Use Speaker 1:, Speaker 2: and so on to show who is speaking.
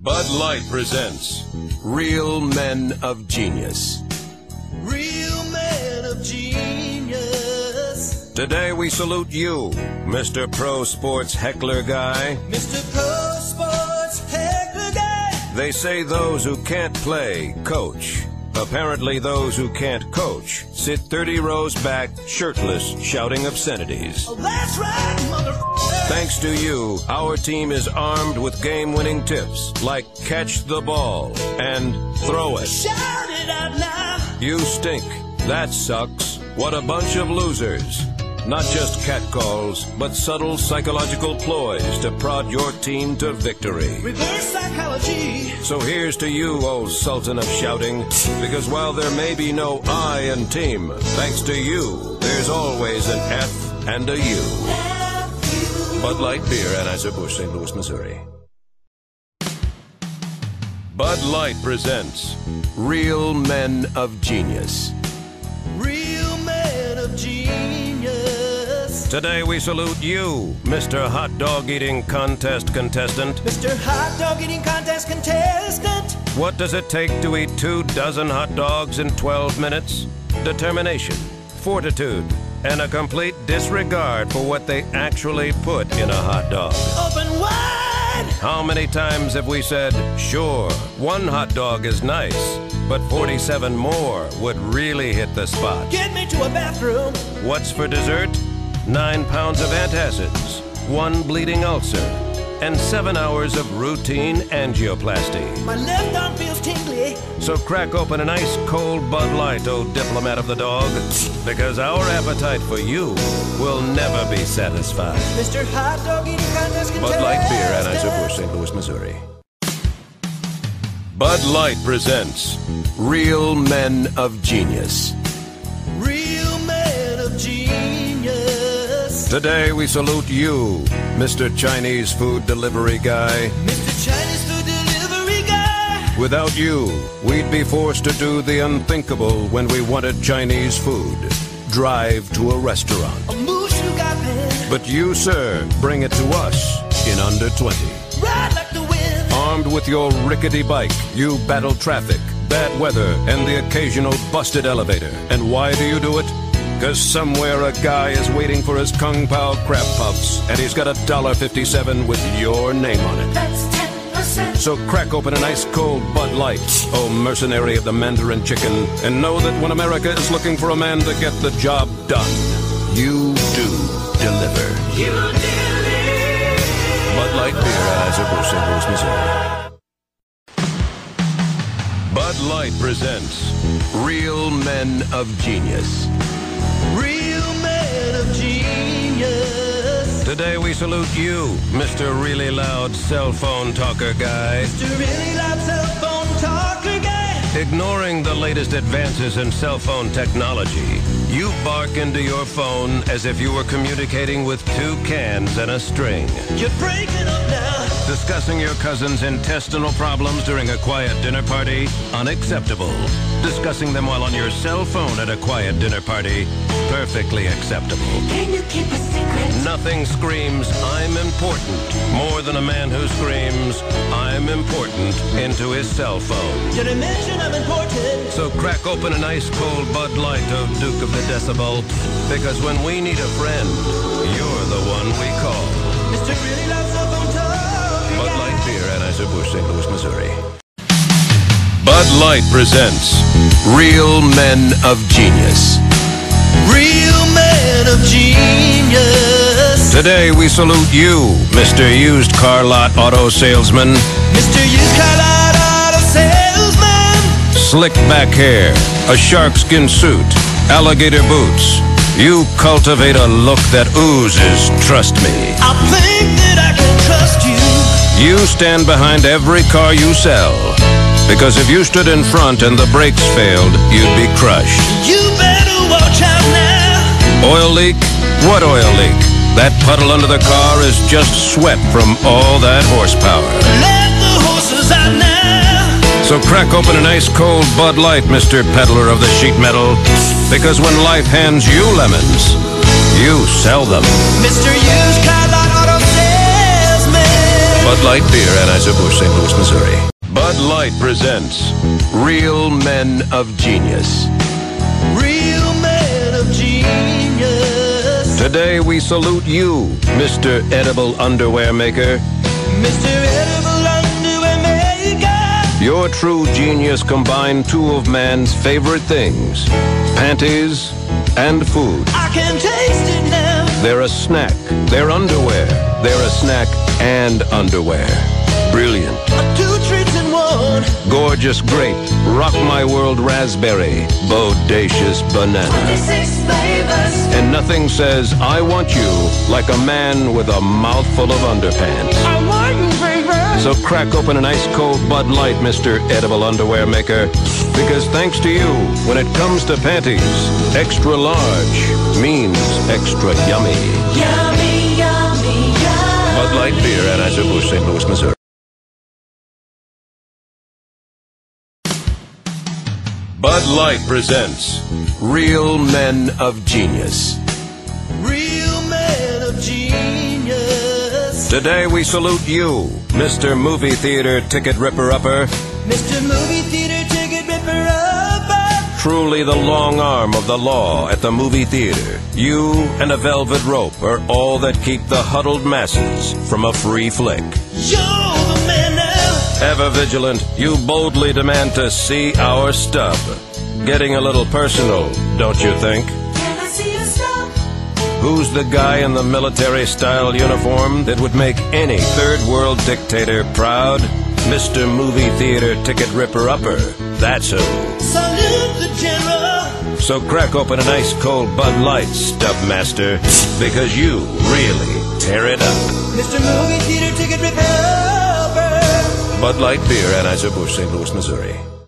Speaker 1: Bud Light presents Real Men of Genius.
Speaker 2: Real man of genius,
Speaker 1: Today we salute you, Mr. Pro Sports Heckler Guy.
Speaker 2: Mr. Pro Sports Heckler Guy.
Speaker 1: They say those who can't play coach. Apparently, those who can't coach sit 30 rows back, shirtless, shouting obscenities.
Speaker 2: Oh, that's right, motherfucker.
Speaker 1: Thanks to you, our team is armed with game winning tips like catch the ball and throw it.
Speaker 2: Shout it out now.
Speaker 1: You stink. That sucks. What a bunch of losers. Not just catcalls, but subtle psychological ploys to prod your team to victory.
Speaker 2: Reverse psychology.
Speaker 1: So here's to you, O Sultan of Shouting, because while there may be no I in team, thanks to you, there's always an F and a U. Bud Light Beer, Anheuser-Busch, St. Louis, Missouri. Bud Light presents Real Men of Genius.
Speaker 2: Real man of genius,
Speaker 1: Today we salute you, Mr. Hot Dog Eating Contest contestant.
Speaker 2: Mr. Hot Dog Eating Contest contestant.
Speaker 1: What does it take to eat two dozen hot dogs in 12 minutes? Determination, fortitude, and a complete disregard for what they actually put in a hot dog.
Speaker 2: Open wide.
Speaker 1: How many times have we said, sure, one hot dog is nice, but 47 more would really hit the spot?
Speaker 2: Get me to a bathroom.
Speaker 1: What's for dessert? Nine pounds of antacids, one bleeding ulcer, and seven hours of routine angioplasty.
Speaker 2: My left arm feels tingly.
Speaker 1: So crack open an ice cold Bud Light, oh diplomat of the dog, because our appetite for you will never be satisfied.
Speaker 2: Mr. Hot Dog Eating Contest contestant.
Speaker 1: Bud Light Beer, Anheuser-Busch, St. Louis, Missouri. Bud Light presents Real Men of Genius.
Speaker 2: Real man of genius.
Speaker 1: Today we salute you, Mr. Chinese food delivery guy.
Speaker 2: Mr. Chinese food delivery guy.
Speaker 1: Without you, we'd be forced to do the unthinkable when we wanted Chinese food drive to a restaurant.
Speaker 2: A moose you got me.
Speaker 1: But you, sir, bring it to us in under 20.
Speaker 2: Ride like the wind.
Speaker 1: Armed with your rickety bike, you battle traffic, bad weather, and the occasional busted elevator. And why do you do it? Because somewhere a guy is waiting for his Kung Pao crab puffs, and he's got a dollar fifty-seven with your name on it.
Speaker 3: That's ten percent.
Speaker 1: So crack open an ice cold Bud Light, oh mercenary of the Mandarin chicken, and know that when America is looking for a man to get the job done, you do deliver.
Speaker 3: You deliver.
Speaker 1: Bud Light Beer, Anheuser-Busch, St. Louis, Missouri. Bud Light presents Real Men of Genius.
Speaker 2: Real man of genius.
Speaker 1: Today we salute you, Mr. Really Loud Cell Phone Talker Guy.
Speaker 2: To really loud cell phone talker guy.
Speaker 1: Ignoring the latest advances in cell phone technology, you bark into your phone as if you were communicating with two cans and a string.
Speaker 2: You're breaking up now.
Speaker 1: Discussing your cousin's intestinal problems during a quiet dinner party? Unacceptable. Discussing them while on your cell phone at a quiet dinner party? Perfectly acceptable.
Speaker 3: Can you keep a secret?
Speaker 1: Nothing screams, I'm important, more than a man who screams, I'm important, into his cell phone.
Speaker 2: Did I mention I'm important?
Speaker 1: So crack open an ice cold Bud Light, oh Duke of the Decibel, because when we need a friend, you're the one we call.
Speaker 2: Mr. Really loud cell phone talker
Speaker 1: Bud
Speaker 2: guy.
Speaker 1: Light Beer, Anheuser-Busch, St. Louis, Missouri. Bud Light presents Real Men of Genius.
Speaker 2: Real man of genius.
Speaker 1: Today we salute you, Mr. Used Car Lot Auto Salesman.
Speaker 2: Mr. Used Car Lot Auto Salesman.
Speaker 1: Slick back hair, a sharkskin suit, alligator boots. You cultivate a look that oozes, trust me.
Speaker 2: I think that I can trust you.
Speaker 1: You stand behind every car you sell. Because if you stood in front and the brakes failed, you'd be crushed.
Speaker 2: You better watch out now.
Speaker 1: Oil leak? What oil leak? That puddle under the car is just sweat from all that horsepower.
Speaker 2: Let the horses out now.
Speaker 1: So crack open an ice cold Bud Light, Mr. Peddler of the Sheet Metal. Because when life hands you lemons, you sell them.
Speaker 2: Mr. Used Car Lot Auto Salesman.
Speaker 1: Bud Light Beer, Anheuser-Busch, St. Louis, Missouri. Bud Light presents Real Men of Genius.
Speaker 2: Real man of genius.
Speaker 1: Today we salute you, Mr. Edible Underwear Maker.
Speaker 2: Mr. Edible Underwear Maker.
Speaker 1: Your true genius combined two of man's favorite things panties and food.
Speaker 2: I can taste it now.
Speaker 1: They're a snack, they're underwear, they're a snack and underwear. Brilliant,
Speaker 2: Two treats in one.
Speaker 1: gorgeous grape, rock my world raspberry, bodacious banana. And nothing says, I want you, like a man with a mouthful of underpants. I want you, baby. So crack open an ice cold Bud Light, Mr. Edible Underwear Maker, because thanks to you, when it comes to panties, extra large means extra yummy.
Speaker 3: Yummy, yummy, yummy.
Speaker 1: Bud Light Beer, Anheuser-Busch, St. Louis, Missouri. Bud Light presents Real Men of Genius.
Speaker 2: Real man of genius.
Speaker 1: Today we salute you, Mr. Movie Theater Ticket Ripper Upper,
Speaker 2: Mr. Movie Theater Ticket Ripper Upper.
Speaker 1: truly the long arm of the law at the movie theater. You and a velvet rope are all that keep the huddled masses from a free flick.
Speaker 2: You're the man now.
Speaker 1: Ever vigilant, you boldly demand to see our stub. Getting a little personal, don't you think?
Speaker 3: Can I see a star?
Speaker 1: Who's the guy in the military style uniform that would make any third world dictator proud? Mr. Movie Theater Ticket Ripper Upper. That's who.
Speaker 2: Salute the general.
Speaker 1: So crack open an ice cold Bud Light, Stubmaster, because you really tear it up.
Speaker 2: Mr. Movie Theater Ticket Ripper Upper.
Speaker 1: Bud Light Beer, Anheuser-Busch, St. Louis, Missouri.